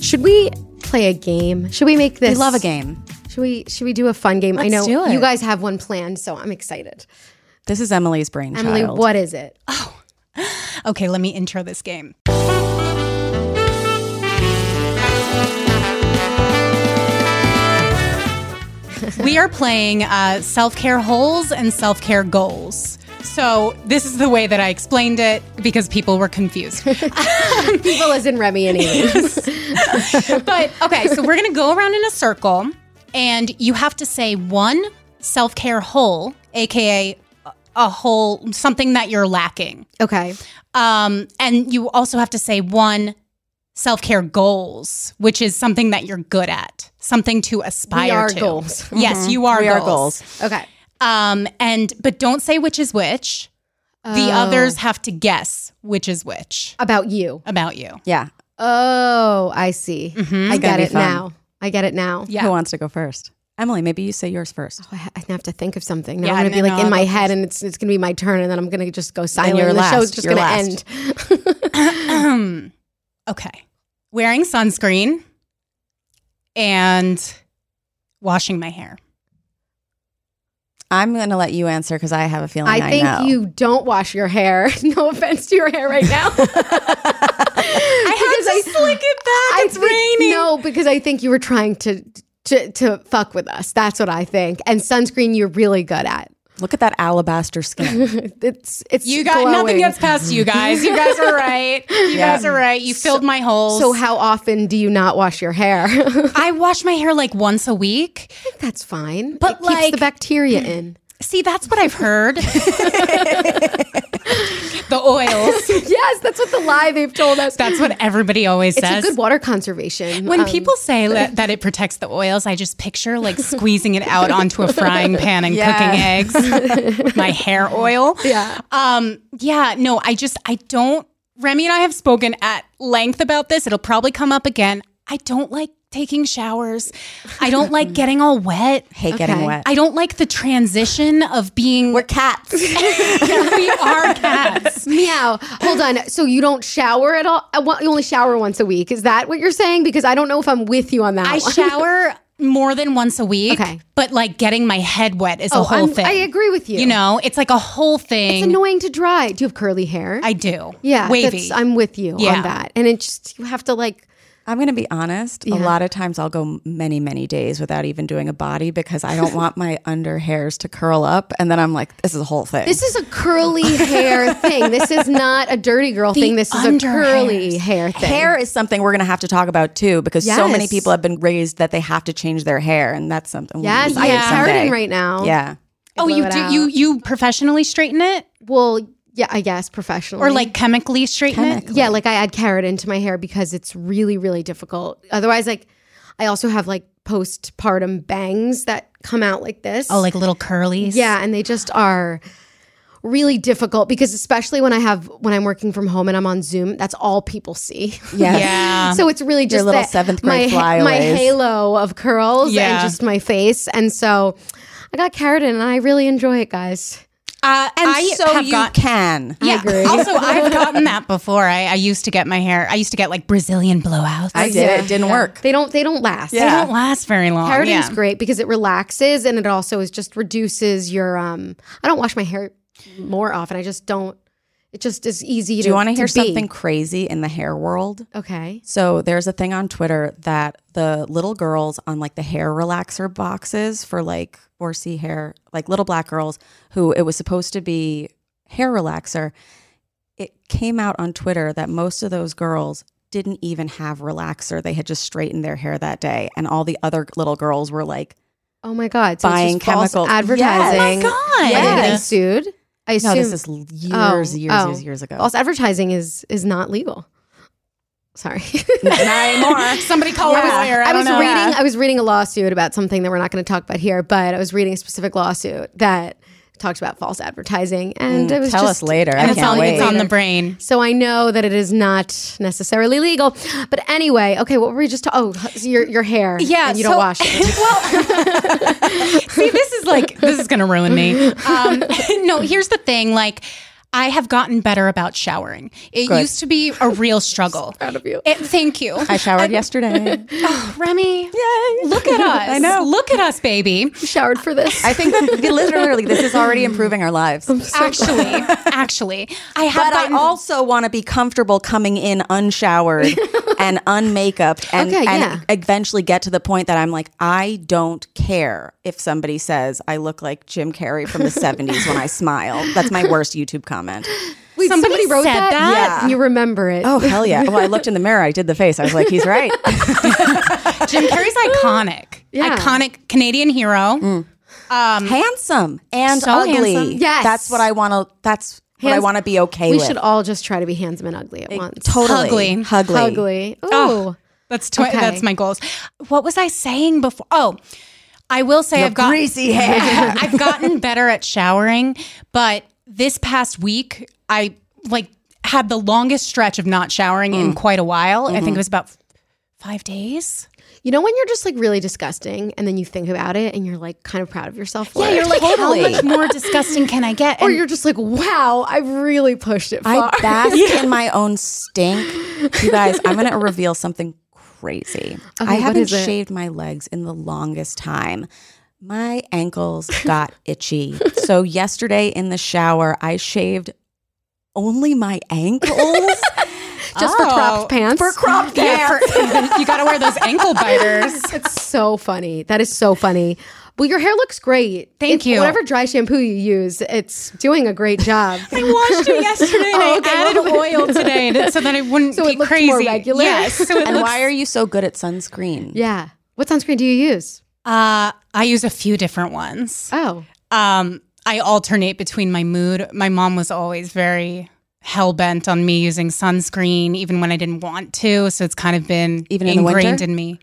F: Should we play a game? Should we make
A: We
F: this?
A: love a game.
F: Should we? Should we do a fun game? I know
C: Let's do it.
F: you guys have one planned, so I'm excited.
A: This is Emily's brainchild.
F: Emily, what is
A: (laughs)
F: it?
C: Okay, let me intro this game. we are playing uh, self care holes and self care goals. So, this is the way that I explained it because people were confused.
F: People as in Remy and
A: (laughs)
F: Aileen.
C: but okay, so we're going to go around in a circle and you have to say one self care hole, AKA a- uh, a hole, something that you're lacking.
F: okay.
C: Um, and you also have to say one self care goals, which is something that you're good at, something to aspire
F: We are
C: to.
F: goals. Mm-hmm.
C: Yes, you are
A: We are
C: goals.
A: goals.
F: Okay.
C: Um, and but don't say which is which. The
F: Oh.
C: others have to guess which is which
F: about you.
C: about you.
A: Yeah.
F: Oh, I see.
C: Mm-hmm.
F: I
A: gonna
F: get
A: be
F: it
A: fun.
F: now. I get it now. Oh,
C: Yeah.
A: Who wants to go first? Emily, maybe you say yours first.
F: I ha- I have to think of something. Now
C: Yeah,
F: I'm gonna
C: no,
F: be
C: no,
F: like
C: I'll
F: in my
C: go
F: head, and it's it's gonna be my turn, and then I'm gonna just go silent.
A: you're
F: and the
A: last.
F: show's just
A: You're
F: gonna
A: last.
C: (laughs)
F: end.
C: (clears throat) okay. Wearing sunscreen and washing my
F: (laughs)
C: hair.
A: I'm going to let you answer because I have a feeling I,
F: I think
A: know.
F: you don't wash your hair. (laughs) No offense to your hair
C: (laughs)
F: right now.
C: I had to slick it back.
F: I
C: it's
F: think-
C: raining.
F: No, because I think you were trying to, to to fuck with us. That's what I think. And sunscreen, you're really good at. (laughs)
A: Look at that alabaster (laughs) skin.
F: It's it's
C: You got nothing
F: glowing.
C: gets past you guys. You guys are
F: (laughs)
C: right. You guys are right. You filled my holes.
F: So how often do you not wash your hair? (laughs)
C: I wash my hair like once a week.
F: That's fine.
C: But
F: it keeps
C: like-
F: the (laughs) bacteria in.
C: See, that's what I've
F: (laughs)
C: heard. the oils.
F: yes, that's what the lie they've told us.
C: That's what everybody always
F: it's
C: says.
F: a good water conservation.
C: when
F: Um,
C: people say that, that it protects the oils, I just picture like squeezing it out onto a frying pan
F: (laughs)
C: and cooking eggs. with my hair oil.
F: Yeah.
C: Um, yeah, no, I just I don't Remy and I have spoken at length about this. It'll probably come up again. I don't like taking showers. I don't
F: (laughs)
C: like getting all wet.
A: Hate getting
F: Okay.
A: wet.
C: I don't like the transition of being We're cats. (laughs) we are cats.
F: (laughs) Meow. Hold on. So you don't shower at all? I want, you only shower once a week. Is that what you're saying? Because I don't know if I'm with you on that.
C: I
F: one. (laughs)
C: shower more than once a week.
F: Okay.
C: But like getting my head wet is a
F: Oh,
C: whole
F: I'm-
C: thing.
F: I agree with you.
C: You know, it's like a whole thing.
F: It's annoying to dry. Do you have curly hair?
C: I do.
F: yeah,
C: Wavy.
F: that's- I'm with you
C: Yeah.
F: on that. And it just you have to like.
A: I'm going to be honest. A lot of times I'll go many, many days without even doing a body because I don't want my under hairs to curl up. And then I'm like, this is a whole thing.
F: This is a (laughs) curly hair thing. This is not a dirty girl
C: The
F: thing. This is a curly
C: underhairs.
F: hair thing.
A: hair is something we're going to have to talk about too because so many
F: Yes.
A: people have been raised that they have to change their hair. And that's something. we'll
F: Yes, I
A: do
F: am
A: someday.
F: parroting right now.
A: Yeah.
C: oh,
F: blow
C: you
F: it
C: do
F: out.
C: you you professionally straighten it?
F: Well, yeah, I guess professionally
C: Or like chemically straighten it?
F: Yeah, like I add carrot into my hair because it's really, really difficult. Otherwise, like I also have like postpartum bangs that come out like this.
C: Oh, like little curlies.
F: yeah, and they just are really difficult because especially when I have when I'm working from home and I'm on Zoom, that's all people see.
A: Yes.
C: Yeah.
F: (laughs) so it's really just
A: little
F: that-
A: seventh grade
F: my, my
A: flyaways.
F: halo of curls
C: Yeah.
F: and just my face, and so I got carrot in, and I really enjoy it, guys.
C: Uh,
A: And
C: I
A: so
C: have
A: you
C: got-
A: can.
C: Yeah.
F: agree.
C: Also, I've gotten that before. I, I used to get my hair. I used to get like Brazilian blowouts.
A: I did. It didn't work.
F: They don't they don't last.
C: They don't last very long.
F: Keratin
C: yeah.
F: is great because it relaxes and it also is just reduces your um I don't wash my hair more often. I just don't it just is easy to
A: Do you want to hear
F: be.
A: something crazy in the hair world?
F: Okay.
A: So there's a thing on Twitter that the little girls on like the hair relaxer boxes for like horsey hair, like little black girls who it was supposed to be hair relaxer. It came out on Twitter that most of those girls didn't even have relaxer. They had just straightened their hair that day and all the other little girls were like
F: Oh my god. So
A: Buying
F: it's just false
A: chemical-
F: advertising.
A: Yes.
C: Oh my God.
F: Are they
C: Yeah.
F: getting sued? I assume
A: No, this is l- years, years,
F: oh.
A: years, years ago.
F: also advertising is is not legal. Sorry.
A: Not
F: (laughs)
A: anymore.
C: (laughs) Somebody call
A: Yeah.
C: a lawyer. I,
F: I was
C: don't know.
F: reading I was reading a lawsuit about something that we're not going to talk about here, but I was reading a specific lawsuit that talked about false advertising and it was
A: Mm, Tell
F: just,
A: us later. I
C: And it's
A: can't
C: on,
A: wait.
C: it's on the brain.
F: So I know that it is not necessarily legal, but anyway, okay. What were we just? Ta- oh, so your your hair.
C: Yeah,
F: and you don't
C: so-
F: wash
C: (laughs)
F: (laughs) it.
C: See, this is like this is gonna ruin me. Um, (laughs) no, here's the thing. Like, I have gotten better about showering. It used to be a real struggle. Out of you. thank you,
A: I showered yesterday.
C: Remy. Yay! Look
A: (laughs)
C: at us. (laughs) I know. Look at us, baby.
F: You showered for this.
A: I think (laughs) that literally this is already improving our lives.
C: actually, (laughs) actually, I have
A: But I
C: gotten.
A: also want to be comfortable coming in
F: (laughs)
A: unshowered and unmakeuped and,
F: Okay,
A: and
F: yeah.
A: eventually get to the point that I'm like, I don't care if somebody says I look like Jim
F: (laughs)
A: Carrey from the 70s when I smile. That's my worst YouTube comment.
F: Wait, somebody, wrote
C: said
F: that.
C: that?
F: You remember it?
A: Oh, hell yeah. Well, I looked in the mirror. I did the face. I was like, he's
F: (laughs)
A: right.
C: Jim (laughs) Carrey's iconic.
F: Yeah.
C: Iconic Canadian hero.
A: handsome and
C: So
A: ugly.
C: handsome.
F: Yes.
A: That's what I want to, that's what I
F: Hands-
A: want to be okay
F: we
A: with.
F: should all just try to be handsome and ugly at once.
A: totally.
C: Hugly.
A: Hugly.
F: Ugly. Ooh.
C: Oh, That's tw-
F: Okay.
C: that's my goals. What was I saying before? Oh, I will say I've got (laughs)
A: greasy hair.
C: I've gotten better at showering, but this past week I like had the longest stretch of not showering in quite a while. I think it was about f- five days.
F: You know when you're just like really disgusting, and then you think about it, and you're like kind of proud of yourself. For it?
C: how much more disgusting can I get?
F: or
C: And-
F: you're just like, wow, I really pushed it far.
A: I bask in my own stink. You guys, I'm going to reveal something crazy. I
F: what
A: haven't
F: is it?
A: shaved my legs in the longest time. My ankles got itchy. so yesterday in the shower, I shaved only my ankles.
F: (laughs) just for cropped pants. For (laughs) cropped
C: Yeah, for- (laughs) you got to wear those (laughs) ankle biters.
F: That's so funny. That is so funny. Well, your hair looks great.
C: Thank
F: If-
C: you.
F: Whatever dry shampoo you use, it's doing a great job.
C: I washed (laughs) it yesterday and
F: Oh, (laughs) okay,
C: I added
F: well-
C: oil today to- so that I wouldn't
F: So
C: be
F: it looked
C: crazy.
F: more regular?
C: Yes.
F: (laughs)
C: So it
A: and
C: looks,
A: why are you so good at sunscreen?
F: yeah. What sunscreen do you use?
C: uh, I use a few different ones.
F: Oh,
C: Um, I alternate between my mood. My mom was always very hell bent on me using sunscreen, even when I didn't want to. So it's kind of been
A: Even in the winter?
C: ingrained in me.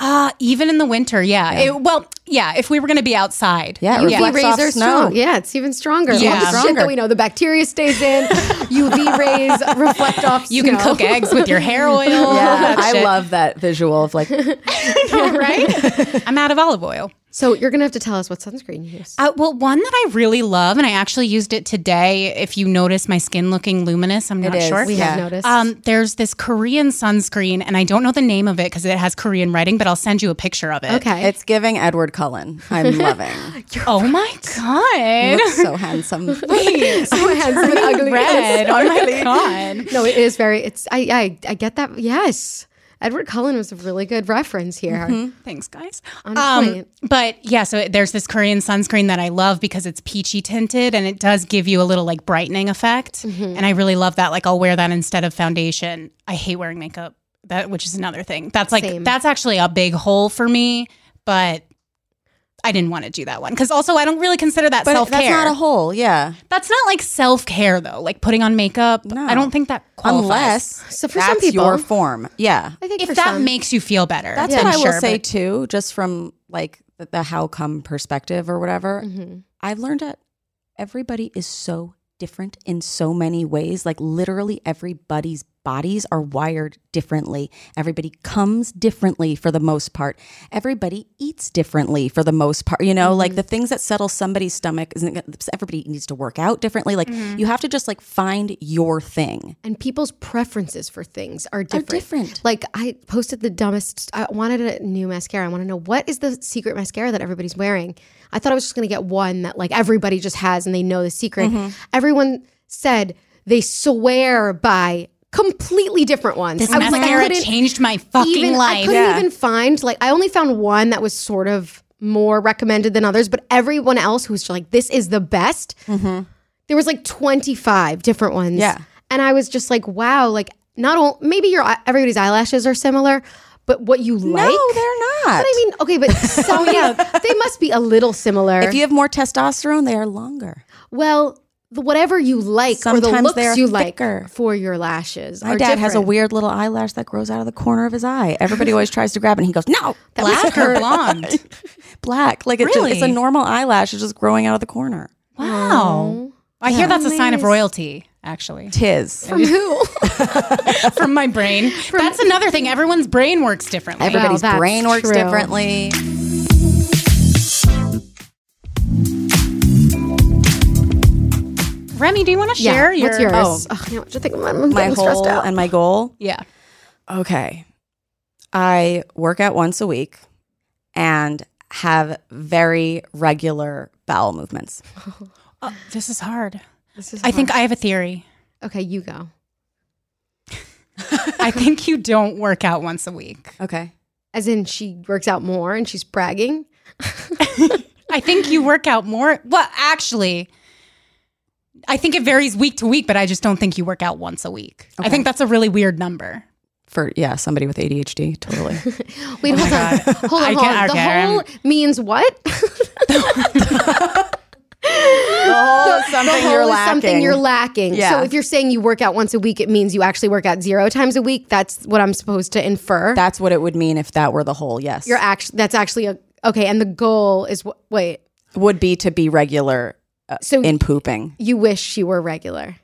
C: Uh, even in the winter, yeah. It- well, yeah. If we were going to be outside,
A: Yeah,
F: UV
A: it reflects off
F: rays are
A: snow.
F: strong. Yeah, it's even stronger.
C: Yeah.
F: All the shit
A: Stronger.
F: that we know. The bacteria stays
C: (laughs)
F: in. UV rays reflect off.
C: you can
F: snow.
C: cook
F: (laughs)
C: eggs with your hair oil.
A: Yeah,
C: (laughs) that
A: I
C: shit.
A: love that visual of like
C: right. I'm out of olive oil.
F: So you're gonna have to tell us what sunscreen you use.
C: Uh, well, one that I really love, and I actually used it today. If you notice my skin looking luminous, I'm not
A: is,
C: sure.
F: we
A: yeah.
F: have noticed.
C: Um, there's this Korean sunscreen, and I don't know the name of it because it has Korean writing, but I'll send you a picture of it.
F: okay.
A: it's giving Edward Cullen. I'm loving.
C: Oh my god!
A: Looks so handsome. (laughs)
F: so handsome and ugly.
C: Red. Oh my god!
F: (laughs) No, it is very. It's I I, I get that. Yes, Edward Cullen was a really good reference here.
C: Thanks, guys.
F: On point.
C: Um, but yeah, so there's this Korean sunscreen that I love because it's peachy tinted and it does give you a little like brightening effect,
A: Mm-hmm.
C: and I really love that. Like I'll wear that instead of foundation. I hate wearing makeup, that which is another thing. That's like
F: Same.
C: that's actually a big hole for me, but. I didn't want to do that one because also I don't really consider that
A: But
C: self care.
A: that's not a hole. Yeah.
C: That's not like self care though, like putting on makeup. I don't think that qualifies.
A: Unless
F: So for
A: that's
F: some people-
A: your form. Yeah.
F: I think
C: if
F: for
C: that
F: some-
C: makes you feel better,
A: That's
C: then
A: what I will
C: sure,
A: say
C: but-
A: too, just from like the, the how come perspective or whatever. I've learned that everybody is so different in so many ways. Like literally everybody's bodies are wired differently. Everybody comes differently for the most part. Everybody eats differently for the most part. You know, like the things that settle somebody's stomach isn't gonna- everybody needs to work out differently. Like you have to just like find your thing.
F: and people's preferences for things are different.
A: different.
F: Like I posted the dumbest. I wanted a new mascara. I want to know what is the secret mascara that everybody's wearing. I thought I was just gonna get one that like everybody just has and they know the secret. Everyone said they swear by completely different ones.
C: This
F: I was like, I
C: mascara
F: couldn't-
C: changed my fucking
F: even, I
C: life.
F: couldn't even find like I only found one that was sort of more recommended than others, but everyone else who's like, this is the best. There was like twenty five different ones.
A: Mm-hmm. Yeah.
F: and I was just like, wow, like not all maybe your eye- everybody's eyelashes are similar, but what you like.
A: no, they're not.
F: But I mean, okay, but
A: (laughs)
F: some, yeah, they must be a little similar.
A: if you have more testosterone, they are longer.
F: well, the- whatever you like or the
A: Sometimes
F: looks
A: they're
F: you
A: thicker.
F: like for your lashes.
A: My
F: are
A: dad has a
F: different.
A: weird little eyelash that grows out of the corner of his eye. Everybody always tries to grab it and he goes, No,
C: Black or blonde?
A: black. Like it's, just, it's a
C: Really?
A: normal eyelash. It's just growing out of the corner.
F: Oh.
C: Wow. I hear that's a sign of royalty, actually,
F: (laughs)
A: Tis.
F: From who?
C: from my
F: (laughs)
C: brain. that's another thing. Everyone's brain works differently.
A: Everybody's
F: that's
A: brain works
F: true.
A: differently.
C: Remy, do you want to share
F: yeah. What's
C: your
F: yours?
C: Oh,
F: Oh, I don't think I'm, I'm
A: My
F: getting stressed
A: whole
F: out.
A: and my goal.
C: yeah.
A: Okay. I work out once a week and have very regular bowel movements.
C: Oh, this is hard.
F: This is
C: I think
F: hard.
C: I have a theory.
F: Okay, you go.
C: (laughs) I think you don't work out once a week.
A: Okay.
F: As in, she works out more and she's (gasps) bragging.
C: I think you work out more. Well, actually, I think it varies week to week, but I just don't think you work out once a week. I think that's a really weird number.
A: For yeah, somebody with
F: (laughs)
A: ADHD, totally.
F: Wait, hold on. Hold
C: I
F: on, hold on.
C: can't-
F: The
C: okay, I'm-
F: whole means (laughs) what?
A: oh, something
F: the
A: you're
F: whole is
A: lacking.
F: something you're lacking.
A: Yeah.
F: So if you're saying you work out once a week, it means you actually work out zero times a week. That's what I'm supposed to infer.
A: That's what it would mean if that were the whole. Yes,
F: you're actually that's actually a okay. And the goal is wh- wait.
A: would be to be regular uh,
F: So-
A: in pooping.
F: You wish you were regular,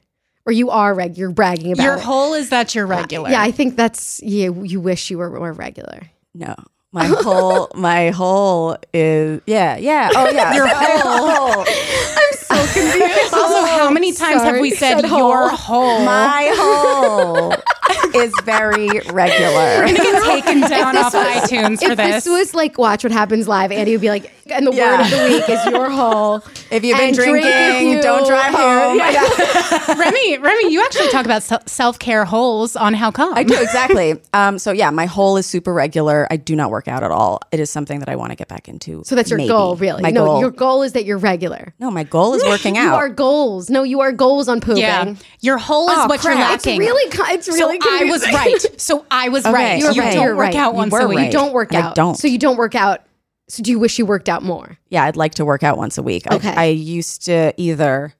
F: or you are reg. You're bragging about
C: Your
F: it.
C: whole is that you're regular.
F: Uh, Yeah, I think that's yeah. You wish you were more regular.
A: No,
F: (laughs)
A: my whole my whole is yeah yeah oh
F: (laughs)
A: yeah your whole
C: also, how many times have we said, your whole?
A: my whole is very regular.
C: Get
F: (laughs)
C: taken down off iTunes for
F: If this was like Watch What Happens Live, Andy would be like, and the
A: Yeah.
F: word of the week is
A: (laughs)
F: your whole.
A: If you've been
F: And drink
A: drinking,
F: if you-
A: don't
F: (laughs)
A: drive home.
C: Remy, Remy, you actually talk about self care holes on how come.
A: I do exactly. Um, so yeah, my whole is super regular. I do not work out at all. It is something that I want to get back into.
F: So that's your
A: maybe.
F: goal, really.
A: My
F: no,
A: goal.
F: your goal is that you're regular.
A: no, my goal is working
F: (laughs)
A: out.
F: You are goals. No, you are goals on pooping.
C: Yeah, your whole is
A: Oh,
C: what
A: crap.
C: you're
F: It's
C: lacking.
F: really, co- it's really.
C: so I was
F: confusing. (laughs)
C: right. So I was
A: Okay,
C: right.
A: you're
C: you
A: right.
C: don't
A: You're
C: work
F: right.
C: out
A: You
C: once
A: were
C: a week.
A: right.
F: You don't work
A: I
F: out.
A: don't.
F: So you don't work out. So do you wish you worked out more?
A: yeah, I'd like to work out once a week.
F: Okay.
A: I, I used to either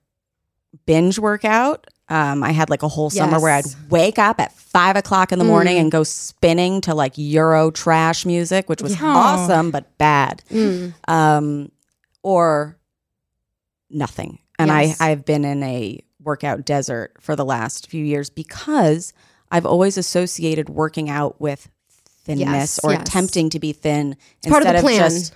A: binge work out. Um, I had like a whole summer where I'd
F: Yes. Mm.
A: wake up at five o'clock in the morning and go spinning to like Euro trash music, which was awesome but bad.
C: Hmm.
A: Um, or nothing. And
F: Yes.
A: I, I've been in a workout desert for the last few years because I've always associated working out with thinness
F: Yes,
A: or
F: yes.
A: attempting to be thin
F: part of the plan.
A: just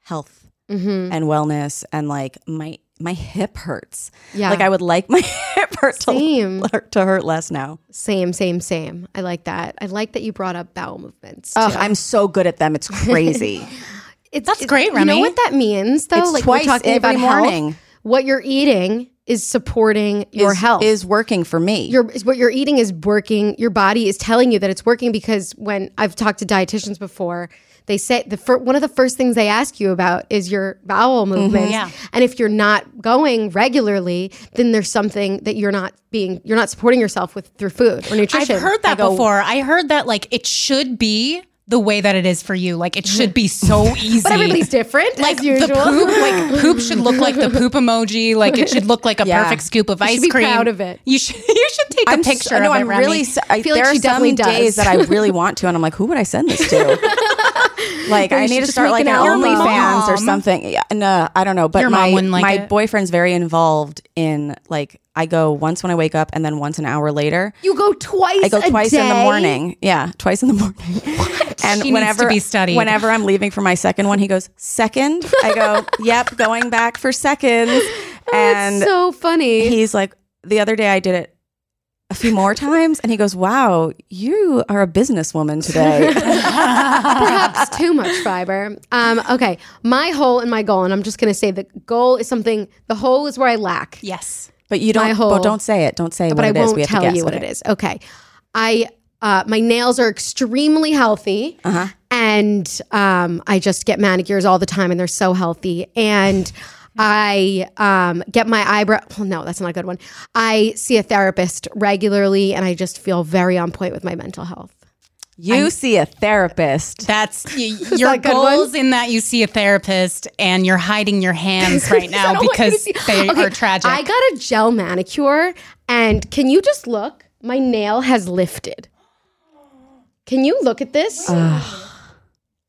A: health
F: Mm-hmm.
A: and wellness and like my my hip hurts.
F: Yeah.
A: Like I would like my (laughs) hip hurt to,
F: same,
A: to hurt less now.
F: same, same, same. I like that. I like that you brought up bowel movements.
A: Ugh,
F: too.
A: I'm so good at
F: (laughs)
A: them. It's crazy.
F: It's,
C: That's
F: it-
C: great,
F: You know
C: Remy.
F: what that means, though.
A: It's twice every
F: health.
A: morning.
F: What you're eating is supporting your
A: Is-
F: health.
A: is working for me.
F: your is what you're eating is working. Your body is telling you that it's working because when I've talked to dietitians before, they say the fir- one of the first things they ask you about is your bowel movements.
C: Yeah.
F: And if you're not going regularly, then there's something that you're not being you're not supporting yourself with through food or nutrition.
C: I've heard that before. I heard that like it should be the way that it is for you. Like
A: Mm-hmm.
C: it should be
A: (laughs)
C: so easy.
F: But everybody's different,
C: like
F: as usual.
C: the
F: (laughs)
C: poop, like poop should look like
A: (laughs)
C: the poop emoji. Like it should look like a
A: Yeah.
C: perfect scoop of ice
F: be
C: cream.
F: proud of it.
C: You should. (laughs) You should take a
A: I'm
C: picture.
A: So,
C: of
A: no,
C: it,
A: I'm
C: Remy.
A: really. So, I,
F: feel like
A: there
F: she
A: are some
F: definitely does.
C: (laughs)
A: days that I really want to, and I'm like, who would I send this to? like, I
F: you should
A: need to
F: just
A: start
F: make
A: like an
F: an album. Your
A: OnlyFans or
C: mom.
A: something. Yeah, no, I don't know. But
C: Your mom
A: my
C: wouldn't like
A: my
C: it.
A: boyfriend's very involved in like I go once when I wake up, and then once an hour later.
F: you go twice.
A: I go
F: a
A: twice in the
F: day?
A: morning. Yeah, twice in the (laughs) morning. And
C: She needs to be studied.
A: whenever I'm leaving for my second one, he goes second.
C: (laughs)
A: I go, yep, going back for seconds. And
F: That's so funny.
A: he's like, the other day I did it a
F: (laughs)
A: few more times, and he goes, "Wow, you are a businesswoman
F: (laughs)
A: today."
F: perhaps too much fiber. Um, okay, my hole and my goal, and I'm just gonna say the goal is something. The hole is where I lack,
C: yes.
A: but you don't.
F: My whole-
A: but don't say it. Don't say
F: but
A: what
F: I
A: it is.
F: won't
A: We have to
F: tell
A: guess
F: you what it is. Okay, I uh, my nails are extremely healthy,
A: Uh-huh.
F: and um, I just get manicures all the time, and they're so healthy. And I um, get my eyebrow. Well, no, that's not a good one. I see a therapist regularly, and I just feel very on point with my mental health.
A: You see a therapist.
F: (laughs)
C: That's y- your
F: that a good one?
C: goals in that you see a therapist and you're hiding your
F: (laughs)
C: hands right
F: I
C: now
F: don't want you to
C: because
F: see-
C: they
F: (laughs) Okay,
C: are tragic.
F: I got a gel manicure, and can you just look? My nail has lifted. Can you look at this?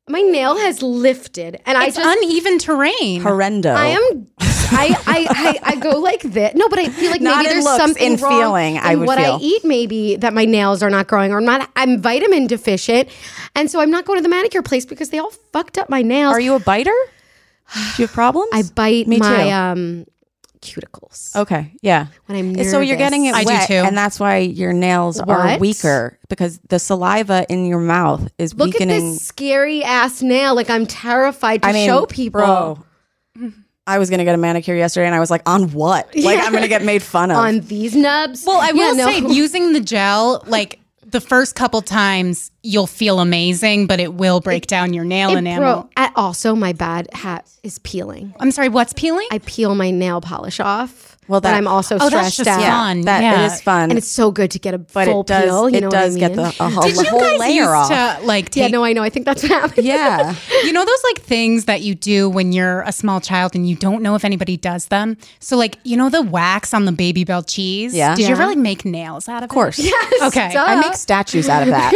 F: My nail has lifted, and I
C: it's
F: just
C: uneven terrain.
A: Horrendo.
F: I am. I, I, I I go like this. No, but I feel like
A: Not
F: maybe
A: in
F: there's
A: looks,
F: something
A: in
F: wrong
A: feeling,
F: in
A: I would
F: what I
A: feel.
F: eat. Maybe that my nails are not growing, or I'm not. I'm vitamin deficient, and so I'm not going to the manicure place because they all fucked up my nails.
A: Are you a biter? Do you have problems?
F: I bite
A: Me
F: my
A: too.
F: um cuticles
A: Okay. Yeah.
F: when I'm
A: And
F: nervous.
A: So you're getting it
C: I do
A: wet,
C: too.
A: and that's why your nails are
F: What?
A: weaker because the saliva in your mouth is
F: Look
A: weakening.
F: at this scary ass nail. Like I'm terrified to show people.
A: bro, I was gonna get a manicure yesterday, and I was like, "On what?
F: (laughs)
A: Like, I'm gonna get made fun of."
F: on these nubs.
C: Well, I
F: Yeah,
C: will
F: no. (laughs)
C: say using the gel, like the first couple times, you'll feel amazing, but it will break down your nail
F: It
C: enamel.
F: bro- I- also, my bad hat is peeling.
C: I'm sorry, what's peeling?
F: I peel my nail polish off.
A: Well,
F: Well,
A: that-
F: that I'm also
C: oh, that's
F: stressed
C: just
F: out,
C: fun.
A: that
C: yeah.
A: it is fun,
F: and it's so good to get a
A: but
F: full
A: it does
F: peel. You
A: it
F: know
A: does
F: what I
A: get
F: mean?
A: the uh, a,
C: Did
A: whole
C: you guys
A: layer
C: used
A: off.
C: to like take
F: (laughs) yeah, no, I know. I think that's what happened. (laughs)
A: (laughs) yeah,
C: you know those like things that you do when you're a small child and you don't know if anybody does them. So like you know the wax on the baby bell cheese.
A: Yeah.
C: Did you ever
F: Yeah.
C: like make nails out of it?
A: of course.
C: (laughs) Okay.
A: I
F: (laughs)
A: make statues out
C: (laughs)
A: of that.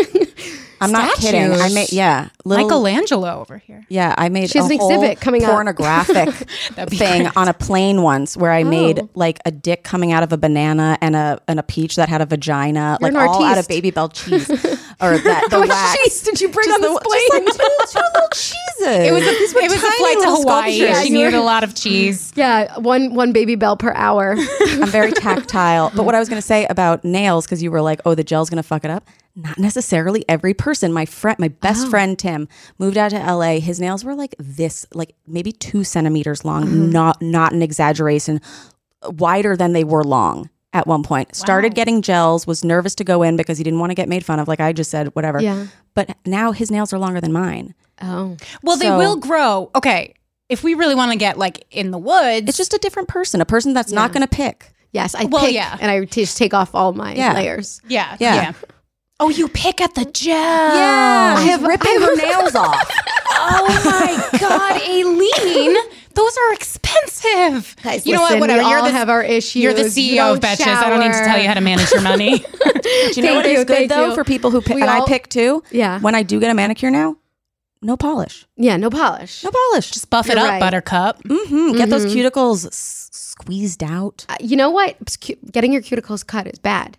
A: I'm not kidding. I
C: Uh, Statues?
A: made yeah, little,
C: Michelangelo over here.
A: Yeah, I made
F: She has
A: a
F: an
A: whole
F: exhibit coming up. (laughs)
A: pornographic
C: That'd be
A: thing
C: great. Oh.
A: on a plane once where I made like a dick coming out of a banana and a and a peach that had a vagina,
F: You're
A: like
F: an
A: all out of
F: artiste.
A: baby
F: (laughs)
A: bell cheese or that the
F: How much
A: wax.
F: cheese Oh did you bring
A: Just
F: on this
A: the- just,
F: plane?
A: like, two, two little cheeses.
C: It was a, it was a
A: tiny
C: flight to
A: little
C: Hawaii.
A: sculptures.
C: she needed a lot of cheese.
F: (laughs) yeah, one one baby bell per hour.
A: (laughs) I'm very tactile. But what I was going to say about nails, because you were like, oh, the gel's going to fuck it up. Not necessarily every person. My friend, my best
F: Oh.
A: friend Tim, moved out to LA. His nails were like this, like maybe two centimeters long.
F: Mm-hmm.
A: Not not an exaggeration. Wider than they were long at one point. Started getting gels. Was nervous to go in because he didn't want to get made fun of. Like I just said, whatever.
F: Yeah.
A: But now his nails are longer than mine.
F: oh,
C: (laughs) Well, they
A: So-
C: will grow. Okay. If we really want to get like in the woods,
A: It's just a different person. A person that's not going to pick.
F: yes, I
C: Well,
F: pick
C: yeah.
F: and I t- just take off all my
A: Yeah.
F: layers.
C: yeah,
A: Yeah.
C: yeah, Oh, you pick at the gel.
A: Yeah,
F: I
A: she's
F: have-
A: ripping
F: I have-
A: her nails off.
C: Oh my God, (laughs) Aileen, those are expensive. you know what?
F: Listen,
C: Whatever.
F: We
C: you're
F: all
C: the
F: have our issues.
C: You're the CEO
F: You
C: of
F: don't
C: Betches. I don't need to
F: shower.
C: tell you how to manage your (laughs) money.
F: (laughs)
A: Do you know
F: Thank
A: what is
F: you,
A: good
F: thank
A: though
F: you.
A: for people who pick?
F: We
A: And I
F: all-
A: pick too.
F: Yeah.
A: When I do get a manicure now, no polish,
F: Yeah, no polish.
A: no polish. Just
C: Just buff it
F: You're
C: up,
F: right.
C: Buttercup.
A: hmm get those cuticles s- squeezed out.
F: Uh, You know what? It's cu- Getting your cuticles cut is bad.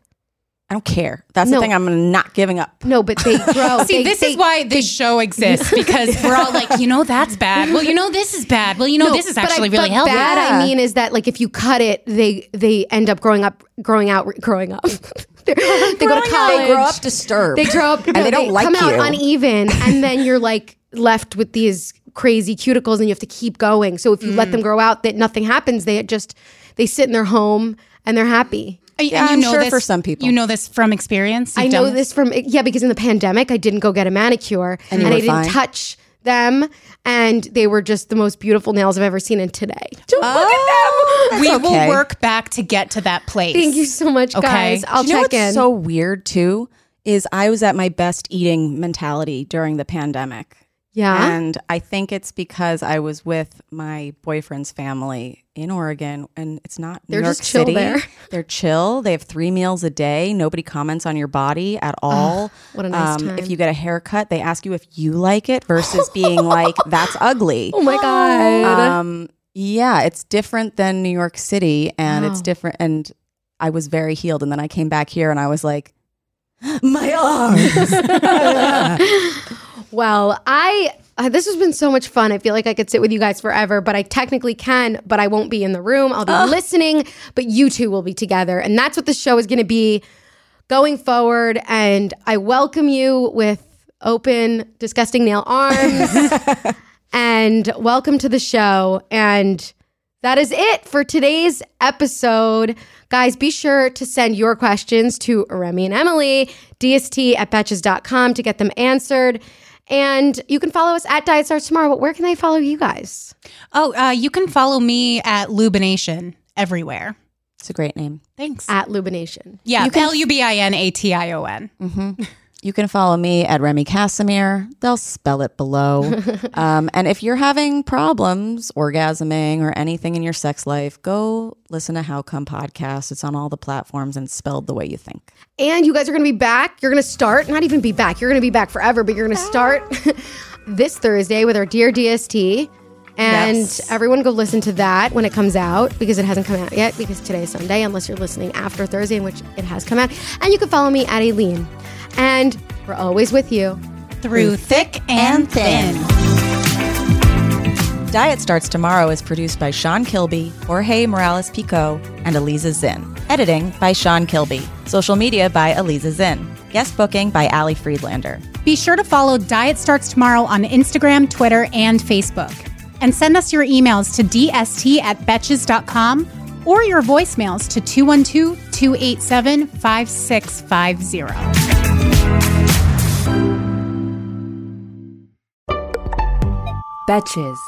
A: I don't care. That's
F: No.
A: the thing. I'm not giving up.
F: No, but
C: (laughs)
F: they grow.
C: See,
F: They-
C: this
F: they-
C: is why this show
F: (laughs)
C: exists because we're all like, you know, that's bad. Well, you know, this is bad. Well, you know,
F: No,
C: this is
F: but I-
C: actually really
F: but
C: healthy.
F: Bad, I mean, is that like if you cut it, they they end up growing up, growing out, growing up. (laughs) They're- they go to college.
A: They grow up disturbed.
F: They grow up.
A: and
F: no,
A: they don't like
F: come out
A: you.
F: uneven, and then you're like left with these crazy cuticles, and you have to keep going. So if you let
C: Mm.
F: them grow out, that nothing happens. They just they sit in their home and they're happy.
C: And
A: Yeah,
C: you
A: I'm
C: know
A: sure
C: this,
A: for some people.
C: You know this from experience. You've
F: I know
C: done
F: this from yeah because in the pandemic I didn't go get a manicure and,
A: you
F: I
A: were
F: didn't
A: fine.
F: touch them and they were just the most beautiful nails I've ever seen and today. Don't
A: Oh,
C: We
A: that's okay.
C: will work back to get to that place.
F: Thank you so much
C: Okay.
F: guys. I'll
A: Do you know
F: check
A: what's
F: in.
A: So weird too is I was at my best eating mentality during the pandemic.
F: yeah.
A: And I think it's because I was with my boyfriend's family in Oregon, and it's not New
F: They're
A: York
F: just chill
A: City.
F: there.
A: (laughs) They're chill. They have three meals a day. Nobody comments on your body at all.
F: what a nice time.
A: Um, If you get a haircut, they ask you if you like it
F: (laughs)
A: versus being like, "That's ugly."
F: oh my god.
A: Um, yeah, it's different than New York City, and it's different. And I was very healed, and then I came back here, and I was like, (gasps) "My
F: (laughs)
A: arms." (laughs)
F: well, I uh, this has been so much fun. I feel like I could sit with you guys forever, but I technically can, but I won't be in the room. I'll be listening, but you two will be together. And that's what the show is going to be going forward and I welcome you with open disgusting nail
A: (laughs)
F: arms. and welcome to the show. And that is it for today's episode. Guys, be sure to send your questions to Remy and Emily, dst at betches.com to get them answered. And you can follow us at Diet Starts Tomorrow. But where can they follow you guys?
C: Oh, uh, you can follow me at Lubination everywhere.
F: Uh,
A: it's a great name.
C: Thanks.
F: At Lubination.
C: yeah, L U B I N A T I O N.
A: You can follow me at Remy Casimir. They'll spell it below. um, and if you're having problems orgasming or anything in your sex life, go listen to How Come Podcast. It's on all the platforms and spelled the way you think.
F: And you guys are going to be back. You're going to start, not even be back. You're going to be back forever, but you're going to start (laughs) this Thursday with our Dear DST. And everyone go listen to that when it comes out because it hasn't come out yet because today is Sunday, unless you're listening after Thursday, in which it has come out. And you can follow me at Aileen. And we're always with you.
C: Through thick and thin.
A: Diet Starts Tomorrow is produced by Sean Kilby, Jorge Morales Pico, and Aliza Zinn. Editing by Sean Kilby. Social media by Aliza Zinn. Guest booking by Ali Friedlander.
C: Be sure to follow Diet Starts Tomorrow on Instagram, Twitter, and Facebook. And send us your emails to dst at betches.com or your voicemails to 212 287 5650.
I: Betches.